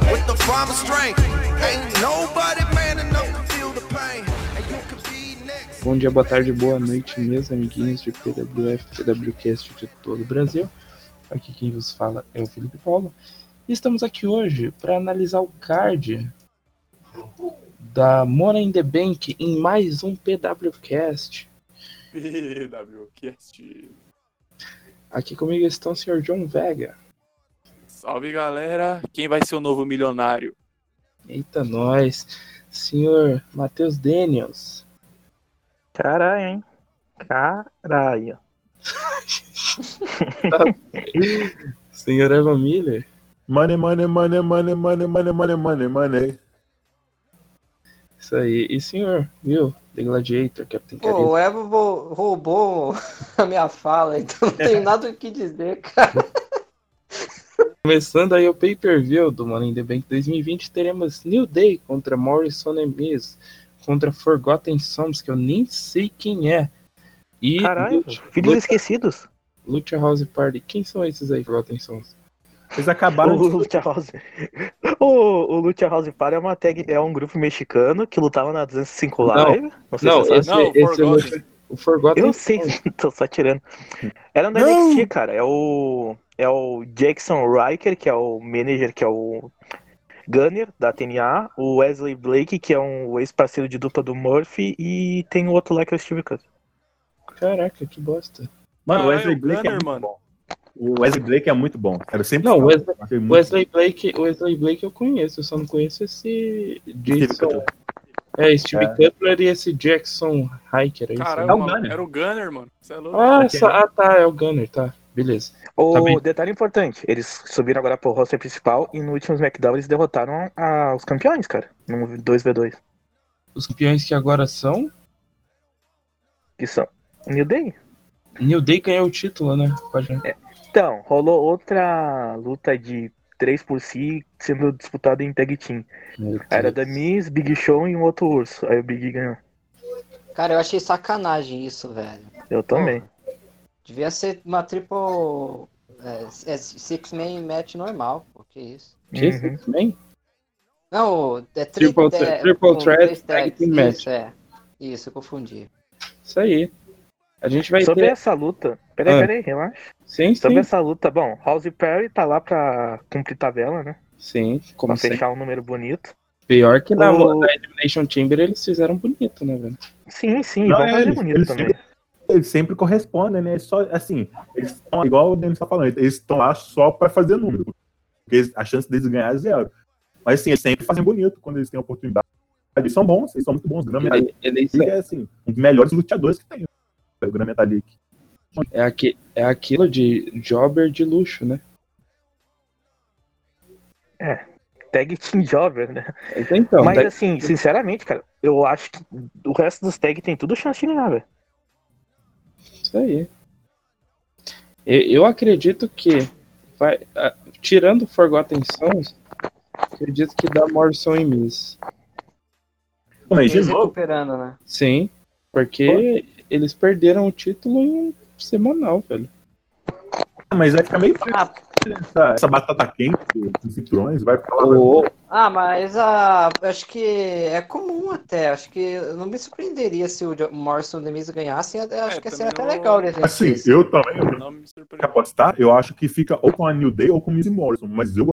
Find my strength. Ain't nobody man enough to feel the pain. And you could be next. Bom dia, boa tarde, boa noite, meus amiguinhos de PWF, PWCast de todo o Brasil. Aqui quem vos fala é o Felipe Paulo. E estamos aqui hoje para analisar o card da Mona in the Bank em mais um PWCast. PWCast. Aqui comigo estão o senhor John Vega. Salve galera, quem vai ser o novo milionário? Eita, nós. Senhor Matheus Daniels. Caralho, hein? Caralho. Senhor Evan Miller. Money, money, money, money, money, money, money, money, money. Isso aí. E senhor, viu? The Gladiator, Captain Pô, Carisma. o Evo vo- roubou a minha fala, então não tem nada o que dizer, cara. Começando aí o pay-per-view do Money in the Bank 2020, teremos New Day contra Morrison and Miz, contra Forgotten Sons, que eu nem sei quem é. E Caralho, Lucha, filhos esquecidos. Lucha House Party. Quem são esses aí, Forgotten Sons? Eles O acabaram de... Lucha House. O, o Lucha House Party é uma tag, é um grupo mexicano que lutava na 205 Não, Live. Não, sei não, se você esse, sabe. Não, o esse é o Forgotten. Lucha- o Forgotten Eu sei, Sons. tô só tirando. Era um no Não! NXT, cara. É o. É o Jackson Riker, que é o manager, que é o Gunner da TNA, o Wesley Blake, que é um ex-parceiro de dupla do Murphy, e tem o outro lá que eu estive com. Caraca, que bosta. Mano, o Caralho, Wesley Blake é Ah, Gunner, muito mano. bom. O Wesley Blake é muito bom. Cara, eu sempre Não, falo, Wesley- eu achei muito Wesley Blake, Wesley Blake eu conheço, eu só não conheço esse Jason. Cutler. É, Steve Cutler e esse Jackson Hiker. É isso, Caralho, né? É o mano, Gunner. era o Gunner, mano. Você é louco. ah, essa- ah, tá, é o Gunner, tá. Beleza. O Tá bem. detalhe importante, eles subiram agora pro roster principal e no último SmackDown eles derrotaram a- os campeões, cara. No 2v2. Os campeões que agora são. Que são New Day. New Day ganhou o título, né? com a gente. Então, rolou outra luta de 3 por si sendo disputada em tag team. Era da Miz, Big Show e um outro urso. Aí o Big ganhou. Cara, eu achei sacanagem isso, velho. Eu também. Devia ser uma triple. É, é, Six-Man match normal, pô, que isso. Que Uhum. isso também? Não, é tri- Triple é, threat- triple com threat três tag tags, team match. Isso, é. Isso, eu confundi. Isso aí. A gente vai Sobre ter. essa luta. Peraí, Ah. peraí, relaxa. Sim, Sobre sim. essa luta, bom, House Perry tá lá pra cumprir tabela, né? Sim, como Pra sempre. fechar um número bonito. Pior que na, O- na Elimination Chamber eles fizeram bonito, né, velho? Sim, sim, Não, vão é, fazer eles- bonito eles também. sempre- Eles sempre correspondem, né? Só, assim, eles estão igual o Denis tá falando, eles estão lá só pra fazer número. Porque eles- a chance deles ganhar é zero. Mas assim, eles sempre fazem bonito quando eles têm oportunidade. Eles são bons, eles são muito bons. O Graham Metalik Ele- ele- é assim, um dos melhores lutadores que tem. O Graham Metalik. é, aque- é aquilo de jobber de luxo, né? Tag Team Jobber, né? Então, Então, Mas daí- assim, sinceramente, cara, eu acho que o resto dos tags tem tudo chance de ganhar, velho. Isso aí. Eu, eu acredito que, vai, ah, tirando o Forgotten Sons, acredito que dá Morrison e Miss. Mas, de Eles novo, recuperando, né? Sim, porque eles perderam o título em um semanal, velho. mas vai ficar meio fácil né? Ah, essa, essa batata quente dos cinturões, vai ficar lá. O, Ah, mas ah, acho que é comum até. Acho que eu não me surpreenderia se o Jo- Morrison e o Demise ganhassem. até- Acho É, que ia ser até também não- legal eles Assim, vencerem. eu também, eu Não me surpreendeu. que apostar, eu acho que fica ou com a New Day ou com o Miz e Morrison. Mas eu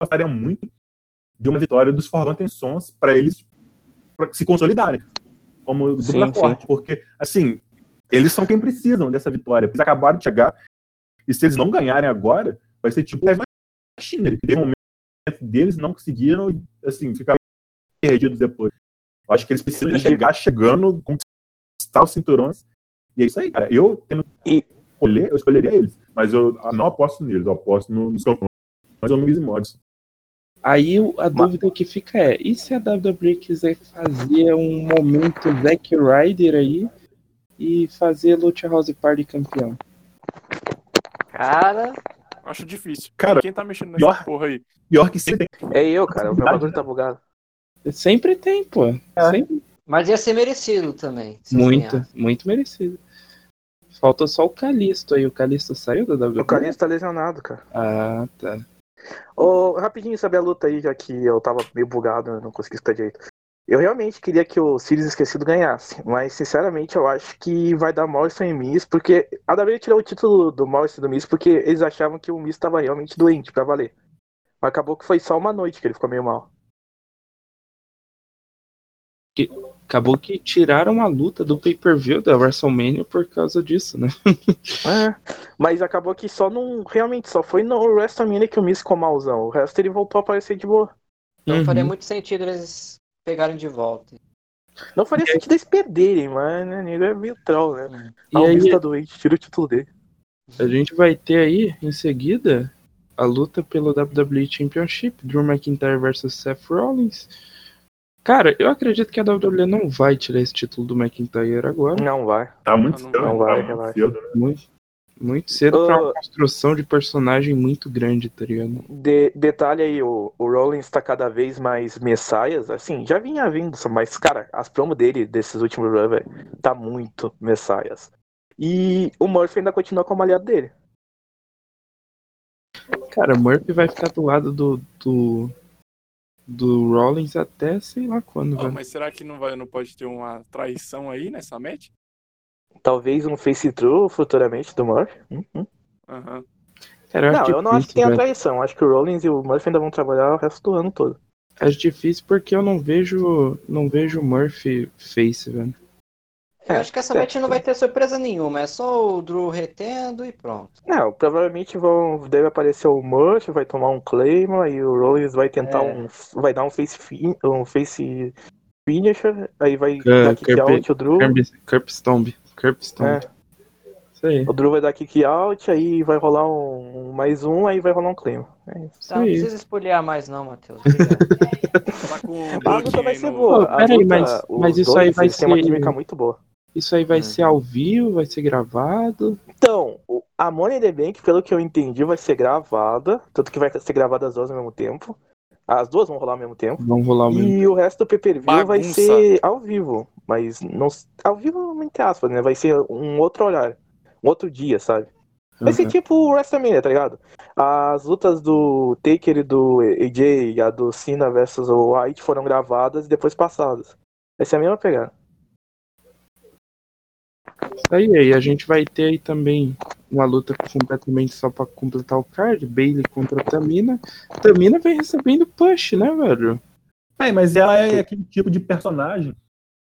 gostaria muito de uma vitória dos Forgotten Sons para eles pra se consolidarem como dupla Sim, sim. forte. Porque, assim, eles são quem precisam dessa vitória. Eles acabaram de chegar e se eles não ganharem agora, vai ser tipo leva a China. Teve um momento deles não conseguiram e, assim, ficar perdidos depois. Eu acho que eles precisam de chegar chegando, conquistar os cinturões. E é isso aí, cara. Eu, tendo E- que escolher, eu escolheria eles. Mas eu não aposto neles, eu aposto no- nos campeões ou no Miz e Morrison. aí o- a dúvida que fica é, e se a WWE quiser fazer um momento Zack Ryder aí e fazer Lucha House Party campeão? Cara, Acho difícil. Cara, Quem tá mexendo nessa pior- porra aí? Pior que sempre tem. É eu, cara. O meu bagulho tá bugado. Sempre tem, pô. É. Sempre mas ia ser merecido também. se Muito, ganhar. muito merecido. Falta só o Calisto aí. O Calisto saiu da WWE? O Carlinhos tá lesionado, cara. Ah, tá. Ô, rapidinho sobre a luta aí, já que eu tava meio bugado, eu não consegui escutar direito. Eu realmente queria que o Sirius esquecido ganhasse, mas sinceramente eu acho que vai dar Morrison e Miz, porque a WWE tirou o título do Morrison e do Miz porque eles achavam que o Miz estava realmente doente pra valer. Mas acabou que foi só uma noite que ele ficou meio mal. Acabou que tiraram a luta do pay-per-view da WrestleMania por causa disso, né? É, mas acabou que só não. Realmente só foi no WrestleMania que o Miz ficou malzão. O resto ele voltou a aparecer de boa. Então Uhum. faria muito sentido eles pegarem de volta. Não faria sentido eles perderem, mas né, nego é meio troll, né? E Ah, o Miz aí, tá doente, tira o título dele. a gente vai ter aí, em seguida, a luta pelo WWE Championship, Drew McIntyre versus Seth Rollins. Cara, eu acredito que a WWE não vai tirar esse título do McIntyre agora. Não vai. Tá muito Não cedo. vai, tá não muito vai. cedo, né? Muito, muito cedo pra Uhum. Ô. uma construção de personagem muito grande, tá ligado? De- detalhe aí, o, o Rollins tá cada vez mais messaias, assim, já vinha vindo, só- mas, cara, as promos dele, desses últimos runs, velho, tá muito messaias. E o Murphy ainda continua como aliado dele. Cara, o Murphy vai ficar do lado do, do, do Rollins até sei lá quando, Ah, velho. mas será que não, vai, não pode ter uma traição aí nessa match? Talvez um face true futuramente do Murphy. Hum, hum. Aham. Cara, eu acho Não, eu não acho difícil, né? que tenha velho. traição. Acho que o Rollins e o Murphy ainda vão trabalhar o resto do ano todo. Acho difícil porque eu não vejo. Não vejo o Murphy face, velho. Eu É, acho que essa é, match não vai ter surpresa nenhuma, é só o Drew retendo e pronto. Não, provavelmente vão, deve aparecer o Murphy, vai tomar um Claymore e o Rollins vai tentar É. um. Vai dar um face, fin, um face finisher, aí vai Cur- dar kick curve- out o Drew. Curb- Curb Stomp. Curb Stomp. Isso aí. O Drew vai dar kick out, aí vai rolar um, um mais um, aí vai rolar um Claymore. É isso. Tá, não Sim. precisa espolhar mais não, Matheus. obrigado. Tá com um A booking luta vai aí ser no- boa. Pô, A peraí, luta- mas- os mas isso dois, aí vai eles têm uma ser- química muito boa. Isso aí É. vai ser ao vivo, vai ser gravado. Então, o- a Money in the Bank, pelo que eu entendi, vai ser gravada. Tanto que vai ser gravada as duas ao mesmo tempo. As duas vão rolar ao mesmo tempo. Vamos rolar o mesmo. E o resto do pay-per-view vai Bagunça. ser ao vivo, mas não ao vivo entre aspas, né? Vai ser um outro horário, um outro dia, sabe? Vai ser Uhum. tipo o WrestleMania, tá ligado? As lutas do Taker e do AJ, e a do Cena versus o White foram gravadas e depois passadas. Vai ser a mesma pegada. Isso aí, aí a gente vai ter aí também uma luta completamente só pra completar o card. Bailey contra a Tamina. Tamina vem recebendo push, né, velho? É, mas ela é aquele tipo de personagem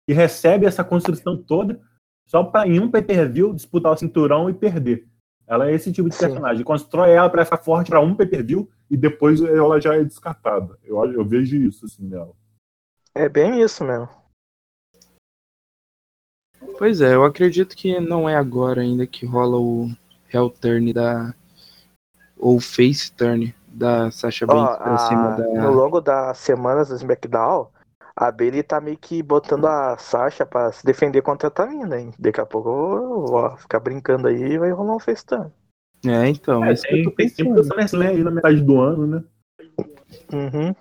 que recebe essa construção toda só pra em um pay-per-view disputar o cinturão e perder. Ela é esse tipo de Sim. personagem. Constrói ela pra ficar forte pra um pay-per-view e depois ela já é descartada. Eu, acho- eu vejo isso assim nela. É bem isso mesmo. Pois é, eu acredito que não é agora ainda que rola o Hell Turn da. Ou Face Turn da Sasha Ó, Banks pra a- cima da. No longo das semanas do SmackDown, a Bailey tá meio que botando a Sasha pra se defender contra a Tamina, hein? Daqui a pouco eu vou ficar brincando aí e vai rolar um festão. É, então, É, isso que eu tem, tô tem sempre pensando. o SummerSlam aí na metade do ano, né? Uhum.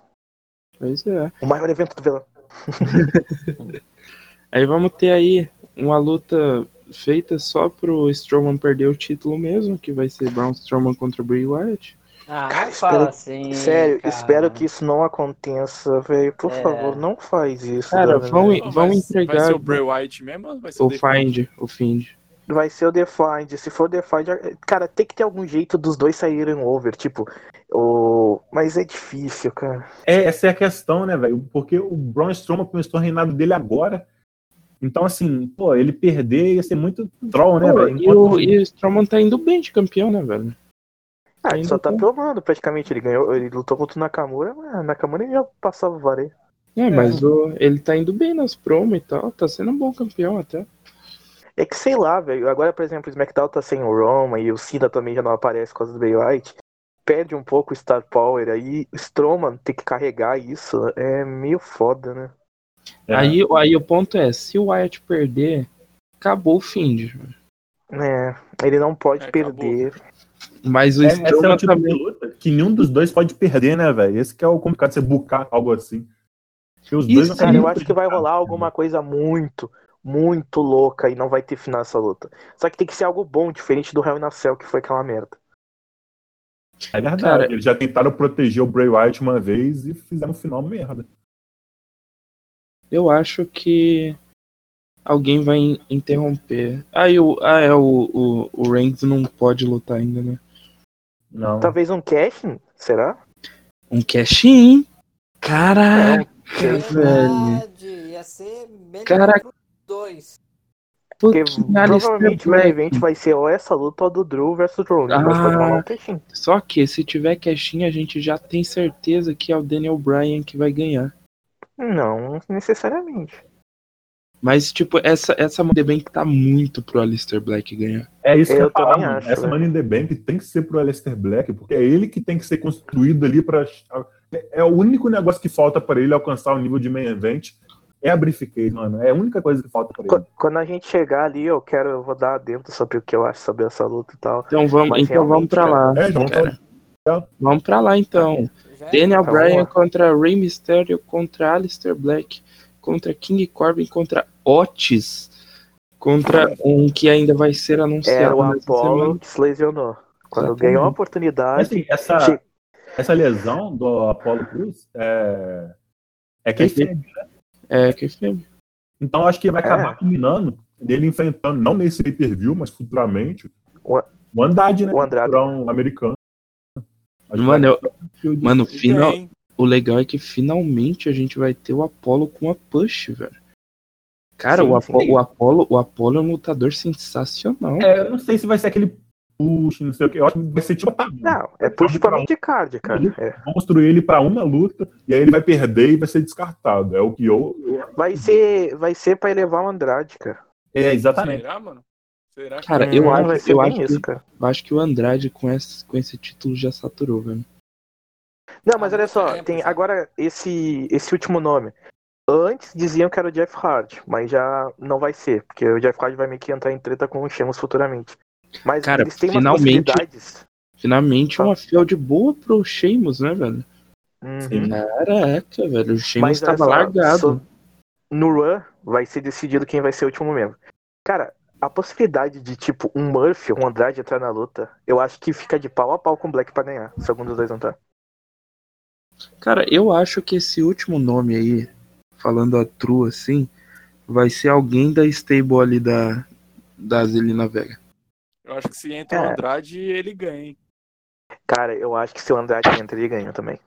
Pois é. O maior evento do verão. Aí vamos ter aí uma luta feita só pro Strowman perder o título mesmo, que vai ser Braun Strowman contra Bray Wyatt. Ah, Cara, não espero- fala assim. Sério, cara. espero que isso não aconteça, velho. Por É. favor, não faz isso. Cara, WWE. vão- Não, vão vai- Vai entregar- ser o Bray White mesmo? ou Vai ser O The Find, o Find. Vai ser o Defind. Se for o Defind, cara, tem que ter algum jeito dos dois saírem over. Tipo, o... mas é difícil, cara. É, essa é a questão, né, velho? Porque o Braun Strowman começou o reinado dele agora. Então, assim, pô, ele perder ia ser muito troll, né, Pô, velho? e, o, e o Strowman tá indo bem de campeão, né, velho? Ah, ele Ainda só tá tem. provando praticamente. Ele ganhou, ele lutou contra o Nakamura, mas o Nakamura ele já passava o varejo. É, mas o- ele tá indo bem nas promos e tal, tá sendo um bom campeão até. É que sei lá, velho. Agora, por exemplo, o SmackDown tá sem o Roma e o Cena também já não aparece por causa do Bray White. Perde um pouco o Star Power aí. Strowman tem que carregar isso. É meio foda, né? É. Aí, aí o ponto é, se o Wyatt perder, acabou o Find. É, ele não pode É, acabou. perder. Mas o É, esse é Strowman o tipo também... de luta que nenhum dos dois pode perder, né, velho? Esse que é o complicado de você bucar algo assim. Porque os Isso, vão ser Cara, eu muito acho que vai dedicados, rolar né? alguma coisa muito, muito louca e não vai ter final essa luta. Só que tem que ser algo bom, diferente do Hell in a Cell, que foi aquela merda. É verdade. Cara- Eles já tentaram proteger o Bray Wyatt uma vez e fizeram um final merda. Eu acho que alguém vai in- interromper. Ah, e o- ah é, o, o, o Reigns não pode lutar ainda, né? Não. Talvez um cash? Será? Um cash-in. Caraca, É um é, velho. Verdade, ia ser melhor Cara- pros dois. Pô, Porque que provavelmente Alistair o main Black. event vai ser ou essa luta ou do Drew versus Drew. Mas Ah. pode rolar um peixinho. Só que se tiver cash-in, a gente já tem certeza que é o Daniel Bryan que vai ganhar. Não, necessariamente. Mas, tipo, essa, essa Money Bank tá muito pro Alistair Black ganhar. É isso que Eu eu falar, também mano. acho, né? Essa velho. Money in the Bank tem que ser pro Aleister Black, porque é ele que tem que ser construído ali pra. É o único negócio que falta pra ele alcançar o nível de main event. É a briefcase, mano. É a única coisa que falta pra ele. Qu- Quando a gente chegar ali, eu quero, eu vou dar a dentro sobre o que eu acho sobre essa luta e tal. Então vamos, Mas então vamos realmente, pra lá. É, João, cara. Vamos pra lá, então. Já é Daniel Tá, Bryan vamos lá. contra Rey Mysterio, contra Alistair Black, contra King Corbin, contra Otis, contra um que ainda vai ser anunciado Era É, o nessa semana. Apollo que se lesionou. Quando Exatamente. ganhou a oportunidade, Assim, essa, essa lesão do Apollo Cruz é. É que É, que filme. Então acho que vai acabar É. culminando dele enfrentando, não nesse pay per view, mas futuramente, O- o Andrade, né? o Andrade. Cinturão americano. Acho que Mano, vai- Mano, final, Tem. o legal é que finalmente a gente vai ter o Apollo com a Push, velho. Cara, Sim, o, Apo- sim. o Apollo, o Apollo é um lutador sensacional. É, eu não sei se vai ser aquele push, não sei o que. Eu acho que vai ser tipo. Tá, não, é push pra mim de card, cara. É. Vamos construir ele pra uma luta, e aí ele vai perder e vai ser descartado. É o que eu. eu- Vai ser, vai ser pra elevar o Andrade, cara. É, exatamente. Será, mano? Será que Cara, Hum, eu vai acho, ser eu bem acho, que, isso, cara. eu acho que o Andrade com esse, com esse título já saturou, velho. Não, mas olha só, É, tem pois é. agora esse, esse último nome. Antes diziam que era o Jeff Hardy, mas já não vai ser, porque o Jeff Hardy vai meio que entrar em treta com o Sheamus futuramente. Mas Cara, eles têm umas finalmente- possibilidades. Finalmente uma Tá. field boa pro Sheamus, né, velho? Uhum. Sim. Caraca, velho, o Sheamus Mas olha tava só, largado. so- no Run vai ser decidido quem vai ser o último membro. Cara, a possibilidade de, tipo, um Murphy ou um Andrade entrar na luta, eu acho que fica de pau a pau com o Black pra ganhar, se algum dos dois tá. entrar. Cara, eu acho que esse último nome aí, falando a true assim, vai ser alguém da stable ali da, da Zelina Vega. Eu acho que se entra o É. Andrade, ele ganha, hein? Cara, eu acho que se o Andrade entra, ele ganha também.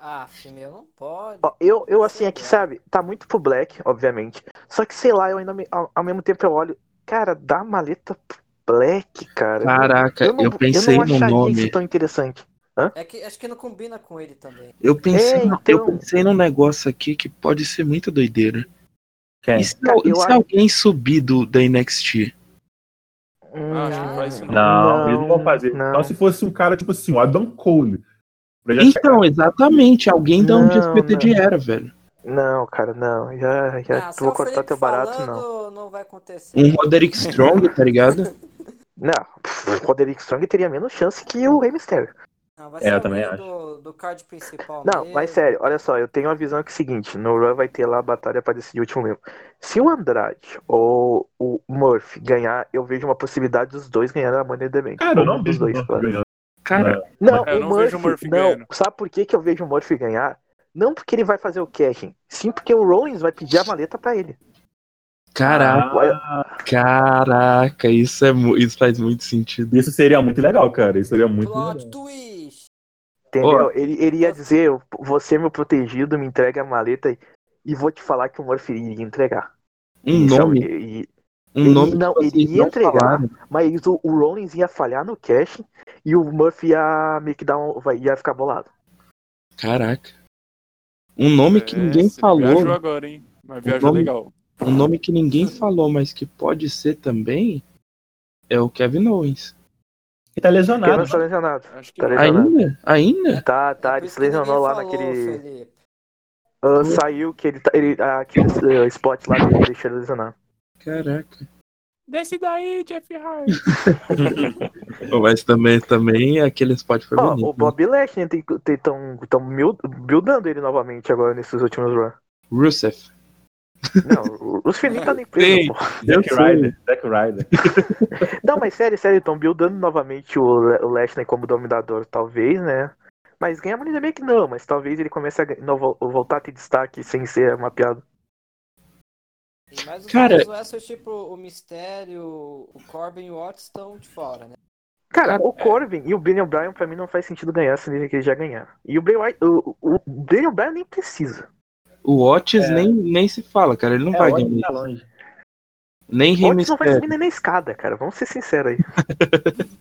Ah, meu, não pode. Ó, Eu, eu assim, aqui, sabe, tá muito pro Black, obviamente. Só que, sei lá, eu ainda, me- ao, ao mesmo tempo eu olho, cara, dá maleta pro Black, cara. Caraca, eu, não- pensei eu não no acharia nome. isso tão interessante. É que acho que não combina com ele também. Eu pensei, É, no- eu então. pensei num negócio aqui que pode ser muito doideira. Quem? E se, Cara, al- e eu se acho- alguém subir do, da NXT? Hum, Ah, acho que não faz isso não. Não, Não, eles não vão fazer. não. Então, se fosse um cara tipo assim, o Adam Cole. pra já chegar- Então, exatamente, alguém da onde Não, o PT não. de era, velho. Não, cara, não. Já, já ah, se vou o cortar Felipe teu barato, não. falando, não. vai acontecer. Um Roderick Strong, tá ligado? Não, pff, o Roderick Strong teria menos chance que o Rey Mysterio. Não, vai É, ser eu alguém também do, do card principal. Não, mesmo. mas sério, olha só, eu tenho a visão que é o seguinte, no Raw vai ter lá a batalha pra decidir o último membro. Se o Andrade ou o Murphy ganhar, eu vejo uma possibilidade dos dois ganharem a Money in the Bank. Cara, eu Um não dos vejo dois, o Murphy claro. ganhando. Cara, Não, É, eu o não Murphy, vejo o Murphy não. ganhando. Sabe por que, que eu vejo o Murphy ganhar? Não porque ele vai fazer o cashing, sim porque o Rollins vai pedir a maleta pra ele. caraca, Ah, caraca, isso, é, mu- isso faz muito sentido. Isso seria muito legal, cara. Isso seria muito legal. Plot twist! Entendeu? Ó. ele, ele ia dizer, "Eu- você é meu protegido, me entrega a maleta e, e vou te falar que o Murphy iria entregar. Um Isso é o- nome, e- e- um nome não, que ele vocês ia não entregar. falaram. mas o, o Rollins ia falhar no cash e o Murphy ia meio que dar um, vai, ia ficar bolado. Caraca. Um nome que É, ninguém você Viajou falou, agora, hein? Mas O viajou nome- legal. um nome que ninguém falou, mas que pode ser também, é o Kevin Owens. Ele tá Porque lesionado. não tá lesionado. Acho que Tá legal. Ainda? Ainda? Tá, É por tá, ele isso se que ninguém lesionou lá falou, naquele. Felipe. Ah, saiu que ele, tá- ele aquele ah, spot lá dele deixou ele lesionar. Caraca. Desce daí, Jeff Hardy. Pô, Mas também, também é aquele spot foi Ó, bonito. né? o Bob Lashley tem, tem, tão, tão build- buildando ele novamente agora nesses últimos runs. né? Rusev. Não, o Rusev nem tá nem preso, Ei. pô. Zack Eu Ryder, Zack Ryder. Não, mas sério, sério, estão buildando novamente o Le- o Lashley como dominador, talvez, né? Mas ganhar ainda bem que não, mas talvez ele comece a gan- não, vol- voltar a ter destaque sem ser uma piada. Mas os Cara- outros wrestlers, um tipo, o Mistério, o Corbin e o Otis estão de fora, né? Cara, Cara, o Corbin e o Daniel Bryan pra mim não faz sentido ganhar se ele que ele já ganhar. E o Bray Wyatt, o, o o Daniel Bryan nem precisa. O Otis É. nem, nem se fala, cara. Ele não É, vai olha que ganhar. tá longe. Nem O Rei Otis não vai subir Mistério. nem na escada, cara, vamos ser sinceros aí.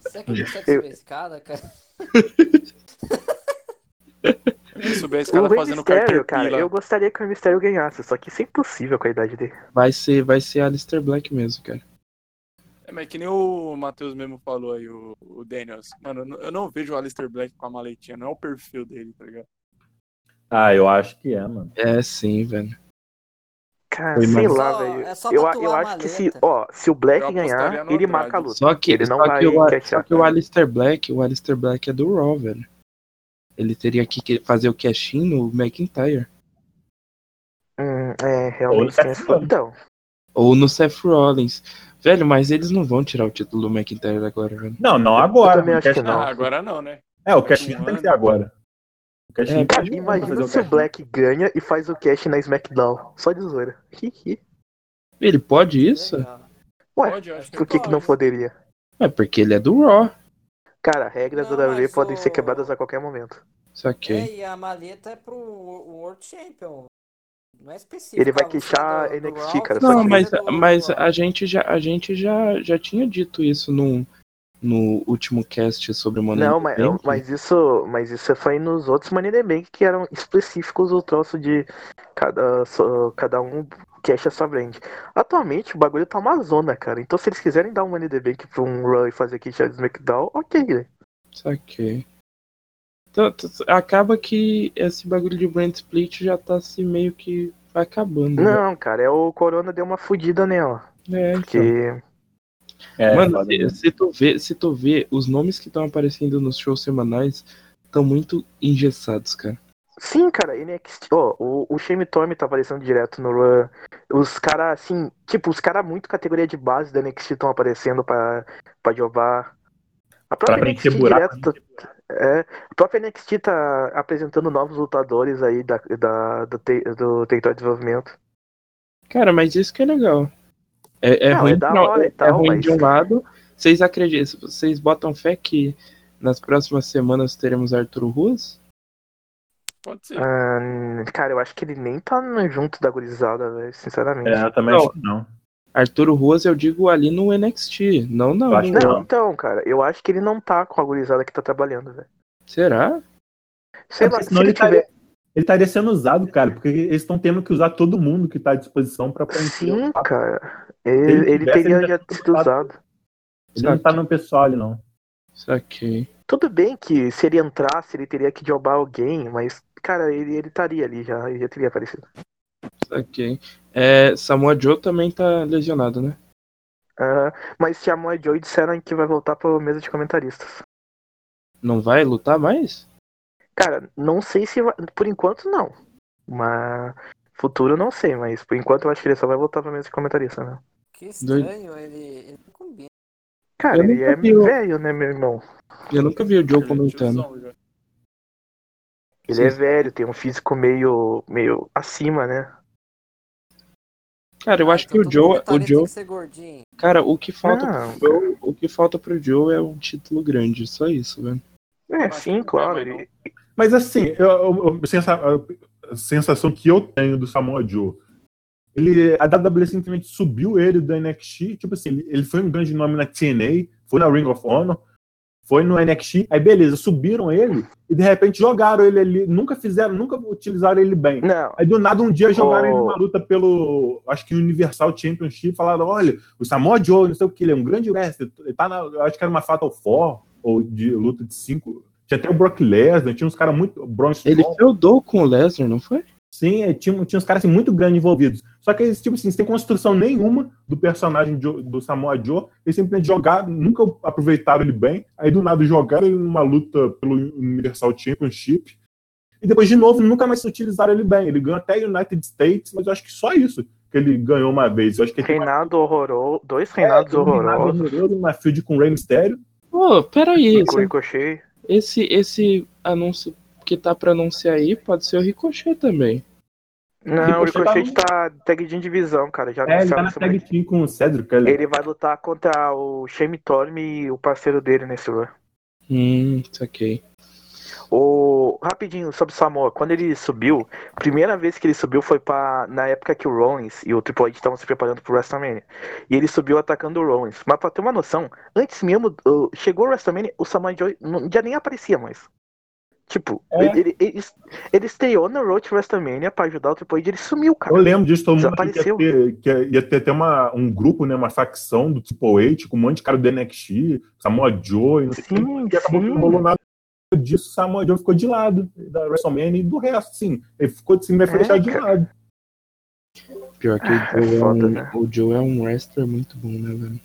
Será que ele consegue Eu- subir a escada, cara? Se souber é esse O cara Rei fazendo Mysterio, cara, cartão eu gostaria que o Mistério ganhasse, só que isso é impossível com a idade dele. Vai ser, vai ser Alistair Black mesmo, cara. É, mas que nem o Matheus mesmo falou aí, o, o Daniels. Mano, eu não- eu não vejo o Alistair Black com a maletinha, não é o perfil dele, tá ligado? Ah, eu acho que é, mano. É sim, velho. Cara, Foi sei mais- lá, Só- velho. é só eu, a- tatuar eu a acho que se, maleta. ó, se o Eu Black apostaria ganhar, no ele Andrade. marca a luta. Só que, Ele só não vai né? que, o, catchar, só que o cara. Alistair Black, o Alistair Black é do Raw, velho. Ele teria que que fazer o cash-in no McIntyre. Hum, é, Ou ele realmente tá tem essa filmando. Então, Ou no Seth Rollins. Velho, mas eles não vão tirar o título do McIntyre agora, velho. Não, não agora. também o acho que cash- Não. Ah, agora não, né? É, o cash tem que ser agora. O cash É, pode fazer um imagina o se o cash-in. Black ganha e faz o cash na SmackDown. Só de zoeira. Hihi. Ele pode isso? Legal. Ué, Pode, eu acho que Por que, que não poderia? É porque ele é do Raw. Cara, regras Não, da WWE mas podem ser o- quebradas a qualquer momento. Saquei. É, e a maleta é pro Wo- World Champion. Não é específico. Ele vai a luta queixar do- do NXT, Raw, cara, só Não, que mas, é do- mas do- a gente já, a gente já, já tinha dito isso no, no último cast sobre o Money Não, in the mas, Bank. mas isso mas isso foi nos outros Money in the Bank que eram específicos o troço de cada, so- cada um cash a sua brand. Atualmente o bagulho tá uma zona, cara. Então se eles quiserem dar um Money in the Bank pra um Raw e fazer cash de SmackDown, ok, né? Saquei. Então, t- t- acaba que esse bagulho de brand split já tá se meio que acabando. né? Não, cara, é o Corona deu uma fudida nela. É, então. Porque. É, Mano, foda se, mesmo. se tu vê, se tu vê, os nomes que estão aparecendo nos shows semanais estão muito engessados, cara. Sim, cara, NXT. Ó, o, o Shane Tommy tá aparecendo direto no Run. Os caras, assim, tipo, os caras muito categoria de base da NXT estão aparecendo pra, pra jogar. A Pra própria preencher NXT buraco. né? tipo, direto. É, a própria NXT tá apresentando novos lutadores aí da, da, do, te, do território de desenvolvimento. Cara, mas isso que é legal. É, é Não, ruim, é da pra- hora e é tal, ruim mas- de um lado. Vocês acreditam, vocês botam fé que nas próximas semanas teremos Arthur Ruas? Pode ser. Ah, Ahn, Ah, cara, eu acho que ele nem tá no- junto da gurizada, velho, sinceramente. É, eu também Não. acho que não. Arthur Ruas eu digo ali no NXT, não não. Eu acho que Não, Não. então, cara, eu acho que ele não tá com a gurizada que tá trabalhando, velho. Será? Sei É, lá, porque se senão ele ele tá- tiver. Ele estaria sendo usado, cara, porque eles estão tendo que usar todo mundo que tá à disposição pra preencher. Sim, o papo. cara. ele Ele, ele tivesse, teria já ele já sido tinha usado. Ele não tá no pessoal ali, não. Saquei. Tudo bem que se ele entrasse, ele teria que jobar alguém, mas, cara, ele, ele estaria ali já, ele já teria aparecido. Saquei. É, Samoa Joe também tá lesionado, né? Ah, mas se a Moa Joy disseram que vai voltar pra mesa de comentaristas. Não vai lutar mais? Cara, não sei se vai. Por enquanto, não. Mas. Futuro, eu não sei, mas por enquanto eu acho que ele só vai voltar pra mesa de comentarista, né? Que estranho, ele, ele não combina. Cara, Eu ele nunca é vi o- velho, né, meu irmão? Eu nunca vi o Joe Ele é comentando. tiozão já. Ele Sim. é velho, tem um físico meio, meio acima, né? Cara, eu acho que Então o todo Joe, o comentarista Joe, Tem que ser gordinho. cara, o que falta Não. pro Joe, o que falta pro Joe é um título grande, só isso, velho. É, acho que sim, não claro. vai, não. ele- Mas assim, eu- eu- eu- sensa- a sensação que eu tenho do Samoa Joe, ele, a WWE simplesmente subiu ele do NXT, tipo assim, ele- ele foi um grande nome na TNA, foi na Ring of Honor, foi no NXT, aí beleza, subiram ele e de repente jogaram ele ali, nunca fizeram, nunca utilizaram ele bem. Não, Aí do nada um dia jogaram Oh. ele numa luta pelo, acho que Universal Championship, falaram, olha, o Samoa Joe, não sei o que, ele é um grande wrestler, ele tá na, eu acho que era uma Fatal Four, ou de luta de cinco, tinha até o Brock Lesnar, tinha uns caras muito, Braun Ele Strowman, feudou com o Lesnar, não foi? sim, é, tinha, tinha uns caras assim, muito grandes envolvidos, só que eles, tipo assim, sem construção nenhuma do personagem de- do Samoa Joe, eles simplesmente jogaram, nunca aproveitaram ele bem, aí do nada jogaram ele numa luta pelo Universal Championship, e depois, de novo, nunca mais utilizaram ele bem. Ele ganhou até United States, mas eu acho que só isso. que ele ganhou uma vez. Eu acho que ele tem uma- Reinado horroroso. Dois reinados tem um reinado horrorosos. horroroso, uma feud com o Rey Mysterio. Pô, peraí. Com o Esse, Ricochet. esse, esse anúncio que tá pra anunciar aí pode ser o Ricochet também. Não, o Ricochet tá Ricochet tá tag de divisão, cara. Já É, ele tá anunciaram na isso tag mesmo. team com o Cedric. Ele, Ele vai lutar contra o Shane Torme e o parceiro dele nesse lugar. Hum, saquei. O rapidinho sobre o Samoa, quando ele subiu, primeira vez que ele subiu foi para na época que o Rollins e o Triple H estavam se preparando pro WrestleMania. E ele subiu atacando o Rollins. Mas pra ter uma noção, antes mesmo, uh, chegou o WrestleMania, o Samoa Joe não- já nem aparecia mais. Tipo, É. ele, ele, ele, ele estreou no Road to WrestleMania pra ajudar o Triple H, ele sumiu, cara. Eu lembro disso, todo mundo achou que ia Tá. Desapareceu. ter, que ia- ia ter até uma, um grupo, né, uma facção do Triple H com um monte de cara do NXT, Samoa Joe, e não sei o que. Sim, E acabou que não sim. rolou nada disso, Samoa Joe ficou de lado da WrestleMania e do resto, sim. Ele ficou de cima e foi É, deixado de cara. lado. Pior que Ah, é o Joe, é, foda, um, né? o Joe é um wrestler muito bom, né, velho?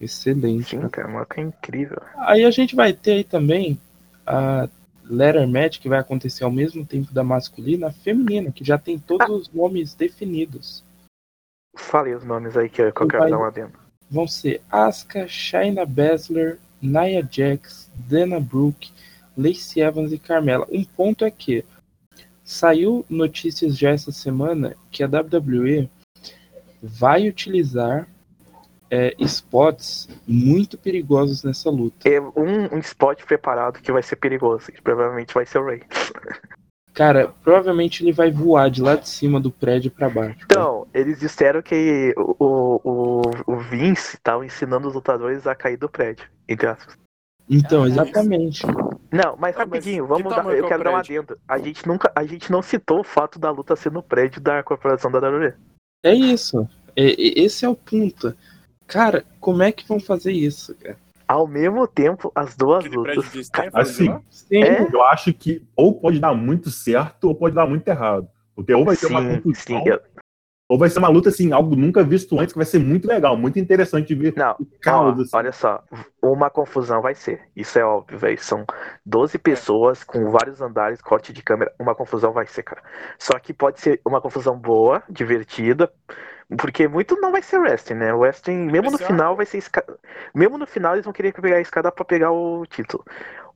Excelente. Sim, cara. cara, mano, que incrível. Aí a gente vai ter aí também a Letter Match, que vai acontecer ao mesmo tempo da masculina, a feminina, que já tem todos os nomes definidos. Falei os nomes aí que eu, que eu Não quero vai- dar um uma dentro. vão ser Asuka, Shayna Baszler, Nia Jax, Dana Brooke, Lacey Evans e Carmela. Um ponto é que saiu notícias já essa semana que a WWE vai utilizar é, spots muito perigosos nessa luta. É um, um spot preparado que vai ser perigoso. que Provavelmente vai ser o Ray. Cara, provavelmente ele vai voar de lá de cima do prédio pra baixo. Então, eles disseram que o, o, o Vince tava ensinando os lutadores a cair do prédio, entre aspas. Então, Ah, isso. exatamente. Não, Ah, mas mas rapidinho, que vamos dar, tamanho que eu é o quero dar um prédio? adendo. A gente nunca, a gente não citou o fato da luta ser no prédio da corporação da WWE. É isso. É- é- esse é o ponto. Cara, como é que vão fazer isso, cara? Ao mesmo tempo, as duas Aquele prédio de lutas. Cara, Stanford né? Assim. lá? Sim. É? Eu acho que ou pode dar muito certo ou pode dar muito errado. Porque ou vai ser uma sim, confusão, sim, eu- ou vai ser uma luta, assim, algo nunca visto antes, que vai ser muito legal, muito interessante de ver. Não, o caos, Ó, assim. olha só, uma confusão vai ser. Isso é óbvio, velho. São 12 pessoas com vários andares, corte de câmera. Uma confusão vai ser, cara. Só que pode ser uma confusão boa, divertida, porque muito não vai ser wrestling, né? O wrestling, mesmo no ser final, vai ser esca... mesmo no final eles vão querer pegar a escada pra pegar o título.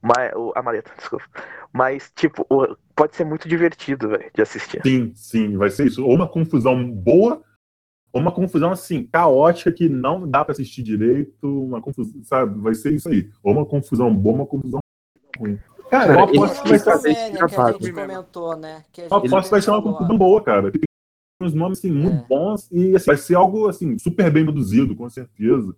Mas o- a maleta, desculpa. Mas tipo, o- pode ser muito divertido, velho, de assistir. Sim, sim, vai ser isso. Ou uma confusão boa, ou uma confusão assim, caótica, que não dá pra assistir direito, uma confusão, sabe? Vai ser isso aí. Ou uma confusão boa, uma confusão ruim. Cara, Cara, eu Igual aposto esse- que vai a ser, esse- WrestleMania, que a gravado. gente comentou, né? Que a eu gente aposto que vai ser uma comentou. confusão boa, cara. Tem uns nomes assim, muito É. bons e assim, vai ser algo assim, super bem produzido, com certeza.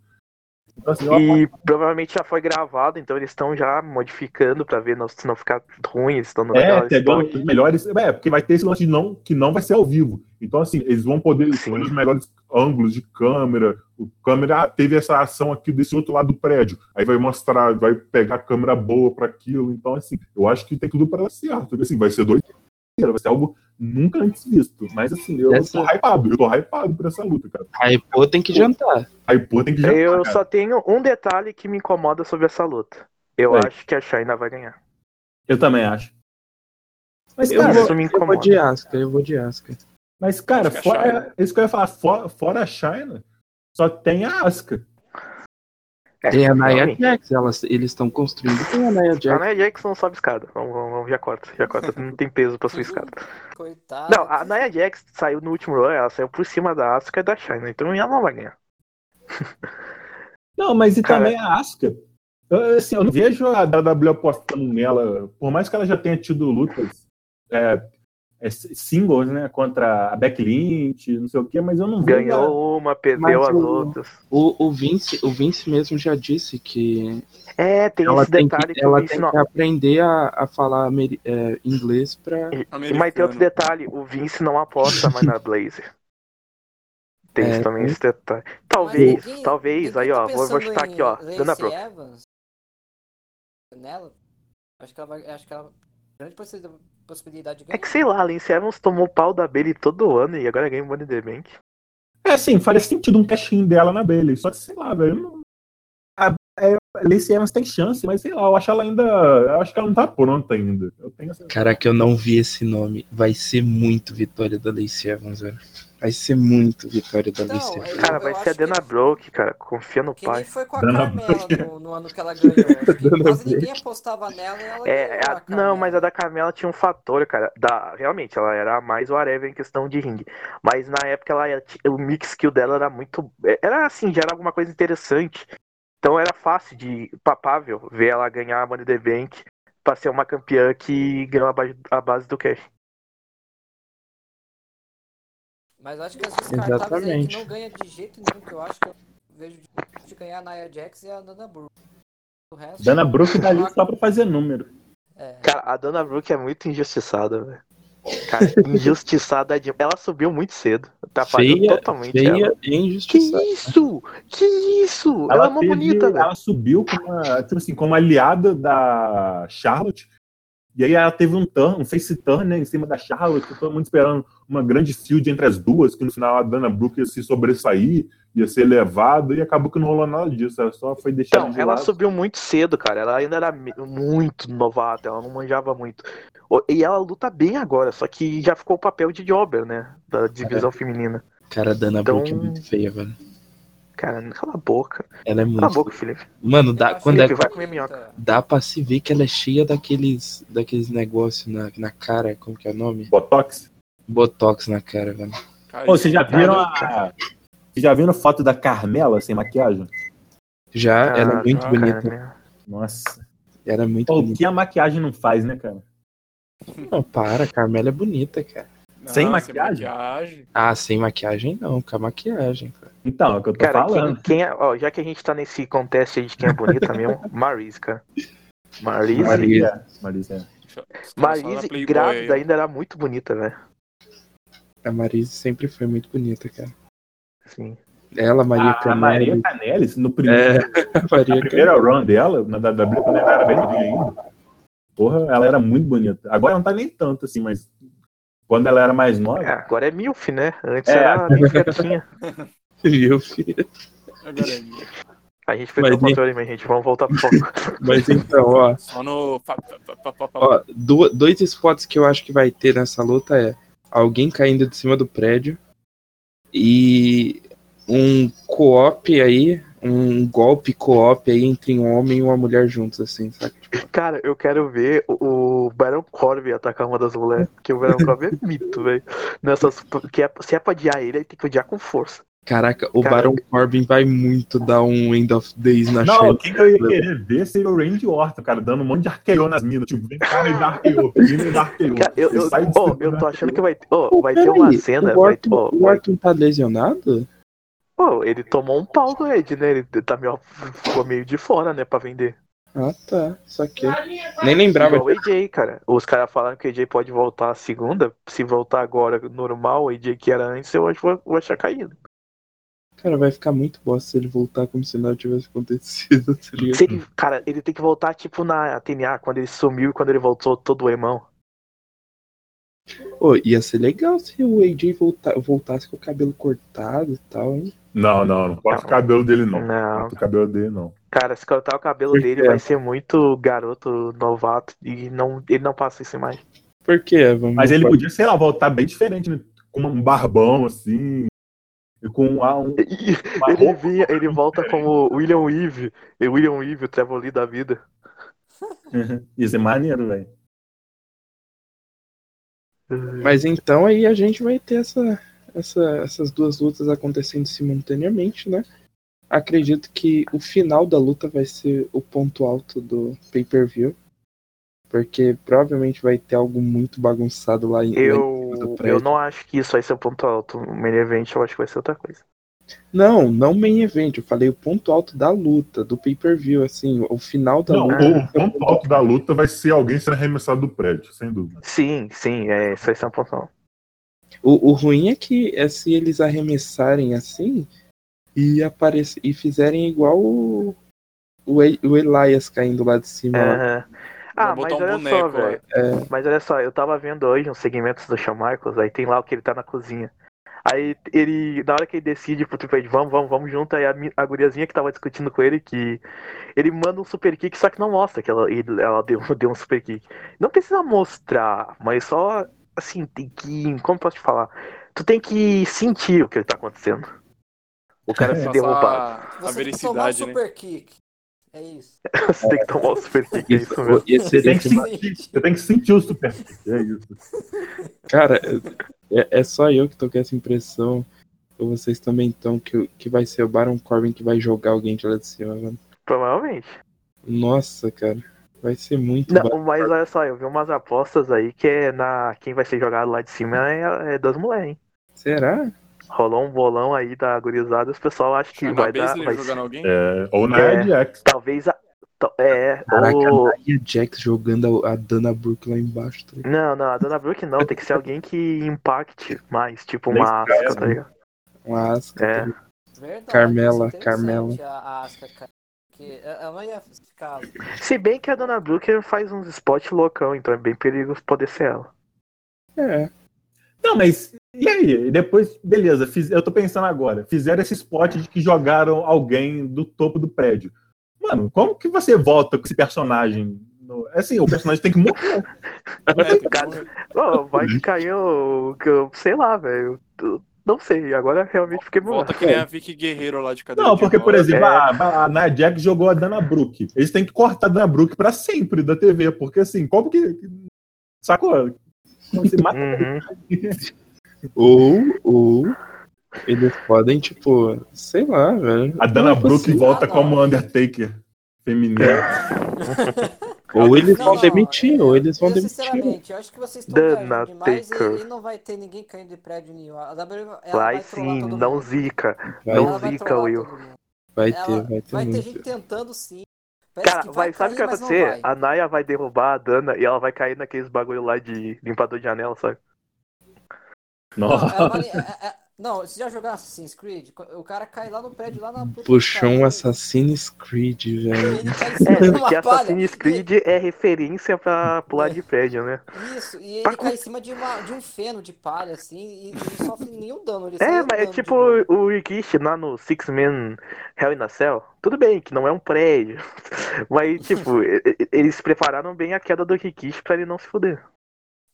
Então, assim, eu aposto- E provavelmente já foi gravado, então eles estão já modificando pra ver não- se não ficar ruim, eles estão no É, melhor pegar estado. os melhores. É, porque vai ter esse lance de não, que não vai ser ao vivo. Então, assim, eles vão poder escolher Sim. os melhores ângulos de câmera. O câmera ah, teve essa ação aqui desse outro lado do prédio. Aí vai mostrar, vai pegar a câmera boa para aquilo. Então, assim, eu acho que tem tudo para dar certo. Assim, vai ser doideira, vai ser algo nunca antes visto. Mas, assim, eu Essa- tô hypado. Eu tô hypado por essa luta, cara. Aí, pô, tem que jantar. Aí, pô, tem que já. Eu só tenho um detalhe que me incomoda sobre essa luta. Eu Oi. acho que a Shaina vai ganhar. eu também acho. Mas, Eu cara, vou- Isso me Eu vou incomoda. de Asca, eu vou de Asca. Mas, cara, Acho que a fora, isso que eu ia falar, fora, fora a China, só tem a Asuka. É, Tem a Nia realmente. Jax, elas, eles estão construindo. Tem a Nia A Jax. Nia Jax não sobe escada. Vamos, vamos, vamos, já corta. Já corta. Não tem peso pra sua escada. Coitado. Não, a Nia Jax saiu no último run, ela saiu por cima da Asuka e da Shaina. Então ela não vai ganhar. Não, mas e Cara. também a Asuka. Eu, assim, eu não vejo a WWE apostando nela, por mais que ela já tenha tido lutas é, é, singles, né, contra a Becky Lynch, não sei o quê, mas eu não vejo. ela- Ganhou uma, perdeu Mas as o- outras. O, o, Vince, o Vince mesmo já disse que É, tem ela esse tem detalhe que, ela isso tem não- que aprender a, a falar ameri- é, inglês pra. Mas tem outro Americano. detalhe, o Vince não aposta mais na Blazer. Tem É, isso também tem. esse detalhe. né? Mas Talvez, ninguém- talvez, ninguém aí tá ó, vou, vou pensando chutar em aqui, ó. Lacey Dana Brooke. Evans? Nela? Acho que ela vai. Acho que ela. Grande possi- possibilidade de É ganhar. que sei lá, a Lindsay Evans tomou o pau da Bailey todo ano e agora ganha o Money in the Bank. É assim, faria sentido um cashinho dela na Bailey, só que sei lá, velho. eu não- A é, a Lacey Evans tem chance, mas sei lá, eu acho ela ainda. Eu acho que ela não tá pronta ainda. Eu tenho essa Caraca, eu não vi esse nome. Vai ser muito vitória da Lacey Evans, velho. Vai ser muito vitória da Então, Alistair é- Black. Cara, vai Eu ser a acho que- Dana Broke, cara. Confia no Que nem pai. foi com a Dana Carmela Brooke. no, no ano que ela ganhou. Dana Quase ninguém Brooke. apostava nela e ela É, a- ganhou a Carmela. não, mas a da Carmela tinha um fator, cara. Da, realmente, ela era mais whatever em questão de ringue. Mas na época ela era- o mix skill dela era muito. Era assim, já era alguma coisa interessante. Então era fácil de papável ver ela ganhar a Money in the Bank pra ser uma campeã que ganhou a base, a base do cash. Mas eu acho que as descartáveis aí que Exatamente. não ganha de jeito nenhum, que eu acho que eu vejo de, de ganhar a Nia Jax e a Dana Brooke. O resto. Dana Brooke tá ali só pra fazer número. É. Cara, a Dana Brooke é muito injustiçada, velho. Cara, injustiçada de... Ela subiu muito cedo. Atrapalhou Feia, Tá totalmente ela. feia e Que injustiçada. isso? Que isso? Ela, é uma teve- bonita, velho. Ela subiu com uma, tipo assim, como aliada da Charlotte. E aí ela teve um turn, um face turn, né, em cima da Charlotte, que todo mundo esperando uma grande field entre as duas, que no final a Dana Brooke ia se sobressair, ia ser levada, e acabou que não rolou nada disso, ela só foi deixada Então, de ela lado. subiu muito cedo, cara. Ela ainda era me- muito novata, ela não manjava muito. O- E ela luta bem agora, só que já ficou o papel de jobber, né? Da divisão É. feminina. Cara, a Dana Então- Brooke é muito feia, velho. Cara, cala a boca. Ela é Cala a muito. boca, Felipe. Mano, Eu dá, acho quando que é, Felipe, vai comer bonita. dá pra se ver que ela é cheia daqueles, daqueles negócios na, na cara, como que é o nome? Botox. Botox na cara, velho. Cara, Ô, vocês já viram Caramba, a... Vocês já viram a foto da Carmela sem maquiagem? Já ela é Ah, Caraca, muito cara, bonita. né? Nossa. Ela é muito Pô, o bonita. que a maquiagem não faz, né, cara? Não, para, a Carmela é bonita, cara. Não, sem sem maquiagem? maquiagem. Ah, sem maquiagem não, com a maquiagem, cara. Então, é o que eu tô Cara, falando. quem, quem é, ó, já que a gente tá nesse conteste aí de quem é bonita mesmo, Marise, cara. Marise. Marise, Marisa. Marisa. Os caras falam da Playboy grávida aí. ainda era muito bonita, né? velho. A Marisa sempre foi muito bonita, cara. Assim. Ela, Maria Ah, A, a Camargo. Maria Canelis, no primeiro É, a A Maria primeira run dela, na WWE, quando ela era bem novinha ainda, porra, ela era muito bonita. Agora não tá nem tanto assim, mas quando ela era mais É, nova, agora é MILF, né? Antes Ah. É. era bem quietinha. Camargo, filho. Agora é- A gente foi Mas o nem- controle, mas gente, vamos voltar pro foco. Mas então, ó, Só no. fa- fa- fa- fa- fa- fa- ó du- dois spots que eu acho que vai ter nessa luta é alguém caindo de cima do prédio e um co-op aí, um golpe co-op aí entre um homem e uma mulher juntos, assim, saca? Cara, eu quero ver o o Baron Corbin atacar uma das mulheres. Porque o Baron Corbin é mito, velho. Nessas. Porque é- se é pra odiar ele, ele tem que odiar com força. Caraca, o Cara- Baron Corbin vai muito dar um End of Days na não, Shayna. quem que eu ia querer ver seria o Randy Orton, cara, dando um monte de arqueirão nas minas. Tipo, vem cá e dá arqueirão, vem e dá arqueirão. Cara, eu, eu, Sai de oh, cima, eu né? tô achando que vai, oh, Pô, vai ter peraí, uma cena. O Vai, Orton, oh, o Orton tá lesionado? vai- oh, ele tomou um pau do Ed, né? Ele tá meio, ficou meio de fora, né? Pra vender. Ah, tá. Só que. Nem lembrava. Igual o AJ, cara. Os caras falaram que o AJ pode voltar a segunda. Se voltar agora normal, o AJ que era antes, eu acho que vou- vou achar caído. Cara, vai ficar muito bosta se ele voltar como se nada tivesse acontecido, tá ligado? Se ele- cara, ele tem que voltar tipo na TNA, quando ele sumiu e quando ele voltou todo o irmão. Pô, ia ser legal se o AJ volta- voltasse com o cabelo cortado e tal, hein? Não, não, não corta Não. o cabelo dele, não. Não, Corta o cabelo dele, não. Cara, se cortar o cabelo Por dele quê? vai ser muito garoto novato e não, ele não passa isso mais. Por quê? Vamos Mas ele podia, sei lá, voltar bem diferente, né? Com um barbão, assim, e com ah, um- uma Ele roupa. vinha, ele volta como William Eve, e William Eve, o Trevor Lee da vida. Isso é maneiro, velho. Mas então aí a gente vai ter essa, essa- essas duas lutas acontecendo simultaneamente, né? Acredito que o final da luta vai ser o ponto alto do pay-per-view. Porque provavelmente vai ter algo muito bagunçado lá em. lá em é cima do Eu, prédio. eu não acho que isso vai ser o ponto alto. O main event eu acho que vai ser outra coisa. Não, não main event. Eu falei o ponto alto da luta, do pay-per-view, assim, o final da Não, é. luta. o, o ponto alto da luta vai ser alguém sendo arremessado do prédio, sem dúvida. Sim, sim, é, isso vai ser um ponto alto. O, o ruim é que é se eles arremessarem assim e, aparece, e fizerem igual o, o, E- o Elias caindo lá de cima. lá. Aham. Ah, Vou botar mas um olha só, boneco lá. velho. Mas olha só, eu tava vendo hoje uns segmentos do Shawn Michaels, aí tem lá o que ele tá na cozinha. Aí ele, na hora que ele decide, pro tipo, ele, vamos, vamos, vamos junto, aí a, mi- a guriazinha que tava discutindo com ele, que ele manda um super kick, só que não mostra que ela, ele- ela deu, deu um super kick. Não precisa mostrar, mas só, assim, tem que, como posso te falar? tu tem que sentir o que tá acontecendo. O cara se É. derrubar. Passar a Você tem que tomar um vericidade, né? super kick. É isso. Você tem que tomar o super kick, é Isso, isso mesmo. esse- Você tem que esse- sentir, você tem que sentir o super. É isso. Cara, é, é só eu que tô com essa impressão. Ou vocês também estão, que, o- que vai ser o Baron Corbin que vai jogar alguém de lá de cima, mano. Provavelmente. Nossa, cara. Vai ser muito Não, ba- mas olha só, eu vi umas apostas aí que é na quem vai ser jogado lá de cima é, é das mulheres, hein? Será? Rolou um bolão aí da gurizada, os pessoal acha que Jogar vai dar. Baszler vai- jogando alguém? É, ou na É. Jax. Talvez a. to- É, Caraca, ou. a Nia Jax jogando a, a Dana Brooke lá embaixo. tá ligado? Não, não, a Dana Brooke não, tem que ser alguém que impacte mais, tipo Nem uma escreve. Asuka, tá ligado? Uma Asca. tá É. Verdade, Carmela, isso é Carmela. interessante, A Asca, cara. Que ela não ia ficar. Se bem que a Dana Brooke faz uns spots loucão, então é bem perigoso poder ser ela. É. Não, mas e aí? E depois, beleza, fiz- eu tô pensando agora. Fizeram esse spot de que jogaram alguém do topo do prédio. Mano, como que você volta com esse personagem? No- É assim, o personagem tem que morrer. É, tem que morrer. Ó, vai que caiu, que eu- sei lá, velho. eu Não sei, agora realmente fiquei bolado. Volta que nem a Vicky Guerreiro lá de cadeira Não, de porque, por rodas. exemplo, ah, É. a, a Nia Jax jogou a Dana Brooke. Eles têm que cortar a Dana Brooke pra sempre da TV, porque assim, como que. Sacou? Como se mata Uhum. Ou, ou eles podem, tipo, sei lá, velho. A Dana Não é Brooke possível. volta Ah, não. como Undertaker É. feminina. Ou eles Não, vão não, demitir, eu- ou eles vão eu, demitir. Sinceramente, eu acho que vocês estão Dana viajando demais e, Taker. e não vai ter ninguém caindo de prédio nenhum. A WWE ela Vai trollar sim, todo não mundo. zica. Vai, Não Ela vai zica, trollar Will. todo mundo. vai Ela- ter, vai ter vai ter muito. gente tentando sim. Parece Cara, É que vai, sabe o que vai cair, mas não acontecer? vai. A Naya vai derrubar a Dana e ela vai cair naqueles bagulho lá de limpador de janela, sabe? Ela Nossa. vai- é- é- Não, você já jogou Assassin's Creed? O cara cai lá no prédio, lá na puta que Puxou um pariu. Assassin's Creed, velho. Ele cai em cima de É, uma porque palha. Assassin's Creed é referência pra pular de prédio, né? E- Isso, e ele Pra cai em cima de, uma- de um feno de palha, assim, e, e não sofre nenhum dano. Ele sai É, mas é andando de tipo boa. o Rikishi lá no Six Men Hell in a Cell. Tudo bem que não é um prédio, mas tipo, e- e- eles prepararam bem a queda do Rikishi pra ele não se fuder.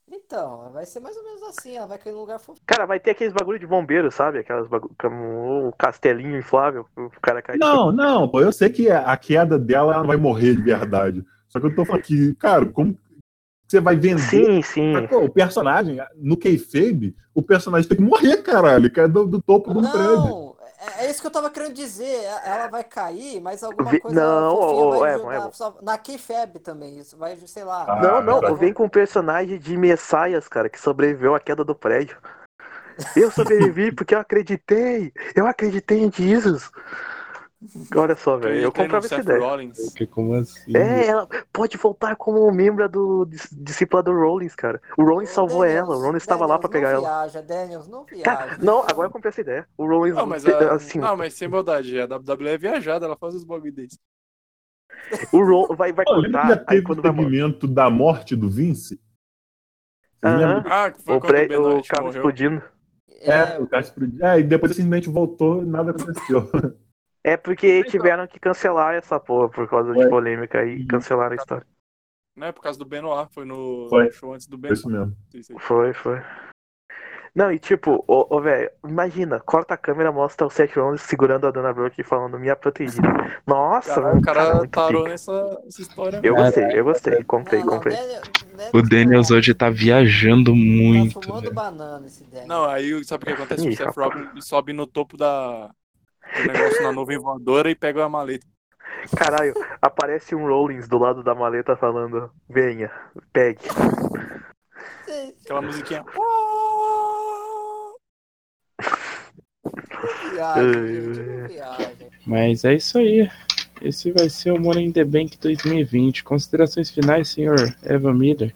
Então, vai ser mais ou menos assim, ela vai cair no lugar fofo. Cara, vai ter aqueles bagulho de bombeiro, sabe? Aquelas bagulho, como o castelinho inflável, o cara cai. Não, não, pô, eu sei que a queda dela ela não vai morrer de verdade. Só que eu tô falando que, cara, como que você vai vender? Sim, sim. Mas, pô, o personagem, no kayfabe, o personagem tem que morrer, caralho, que é do, do topo do prédio. Não, é, é isso que eu tava querendo dizer. é- Ela vai cair, mas alguma Vi- coisa não, fofinha ô, ô, vai é, jogar. é. só- na K-Fab também, isso vai, sei lá. Ah, Não, não, cara. vem com um personagem de Messaias, cara, que sobreviveu à queda do prédio. Eu sobrevivi porque eu acreditei. Eu acreditei em Jesus. Olha só, velho, Acreditei eu no comprava essa Seth ideia. Rollins. Porque como assim? É, ela pode voltar como um membro do dis- discípula do Rollins, cara. O Rollins Ô, salvou Daniels, ela, o Rollins estava lá pra pegar Daniels, não ela. É, Viaja, Daniels, não viaja. Cara, não, agora eu comprei essa ideia. O Rollins, Não, Ah, mas, eh, a, assim, não, mas sem maldade, a WWE é viajada, ela faz os bagulho desse. o Roll vai, vai Pô, lembra que já contar, Tá, aí teve quando o vai morrer. segmento da morte do Vince? Vocês Aham. lembram? Ah, que foi O, quando pré, o o Benoit carro morreu. explodindo. É, o cara explodiu. É, e depois simplesmente voltou e nada aconteceu. É porque tiveram que cancelar essa porra por causa de Ué. polêmica e cancelaram a história. Não é por causa do Benoit, foi no Foi. show antes do É Benoit. isso mesmo. Isso aí. Foi, foi. Não, e tipo, ô, ô, velho, imagina, corta a câmera, mostra o Seth Rollins segurando a Dana Brooke e falando minha protegida. Nossa, Cara, mano, o cara, cara né? muito tarou pica. nessa, nessa história. É. Eu Caraca. gostei, eu gostei, comprei, Não, não, comprei. Daniel- O Daniels Daniels tá- hoje tá viajando muito. Tá fumando velho. banana esse Daniels. Não, aí sabe o que acontece? Ih, O Seth rapaz. Rollins sobe no topo da do negócio na nuvem voadora e pega a maleta. Caralho, aparece um Rollins do lado da maleta falando, venha, pegue. Você Aquela musiquinha. viaja, gente, não viaja. Mas é isso aí. Esse vai ser o Money in the Bank 2020. Considerações finais, senhor Evan Miller.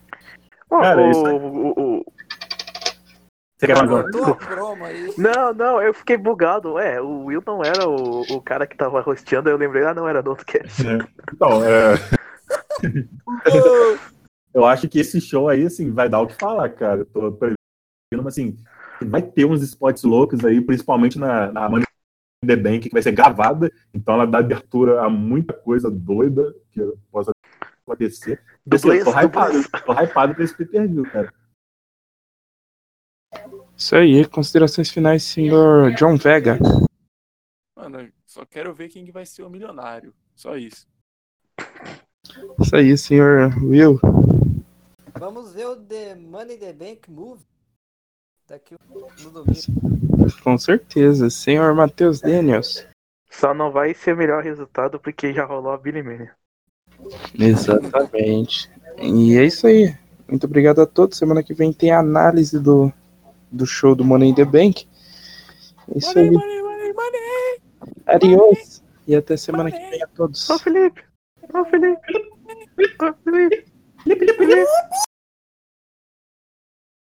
Ó, Cara, o- isso é aí- o- o- Você quer mais uma? Cortou a promo aí. Não, não, eu fiquei bugado. É, o Will não era o, o cara que tava rosteando, eu lembrei, ah, não, era do outro cast. Então, é. Eu acho que esse show aí, assim, vai dar o que falar, cara. Eu tô prevendo, mas assim, vai ter uns spots loucos aí, principalmente na, na Money in the Bank, que vai ser gravada. Então ela dá abertura a muita coisa doida que possa acontecer. Então, assim, eu tô Dublês, hypado, dublês. tô hypado pra esse pay-per-view, cara. Isso aí, considerações finais, senhor John Vega. Mano, só quero ver quem que vai ser o milionário. Só isso. Isso aí, senhor Will. Vamos ver o The Money in the Bank Move. Daqui um, no domingo. Com certeza. Senhor Matheus Daniels. Só não vai ser melhor resultado porque já rolou a Billy Mania. Exatamente. E é isso aí. Muito obrigado a todos. Semana que vem tem a análise do, do show do Money in the Bank. É isso aí. money, money, money. Adiós. E até semana que vem a todos. Ô Felipe! Ô Felipe! Ô Felipe! Felipe, Felipe!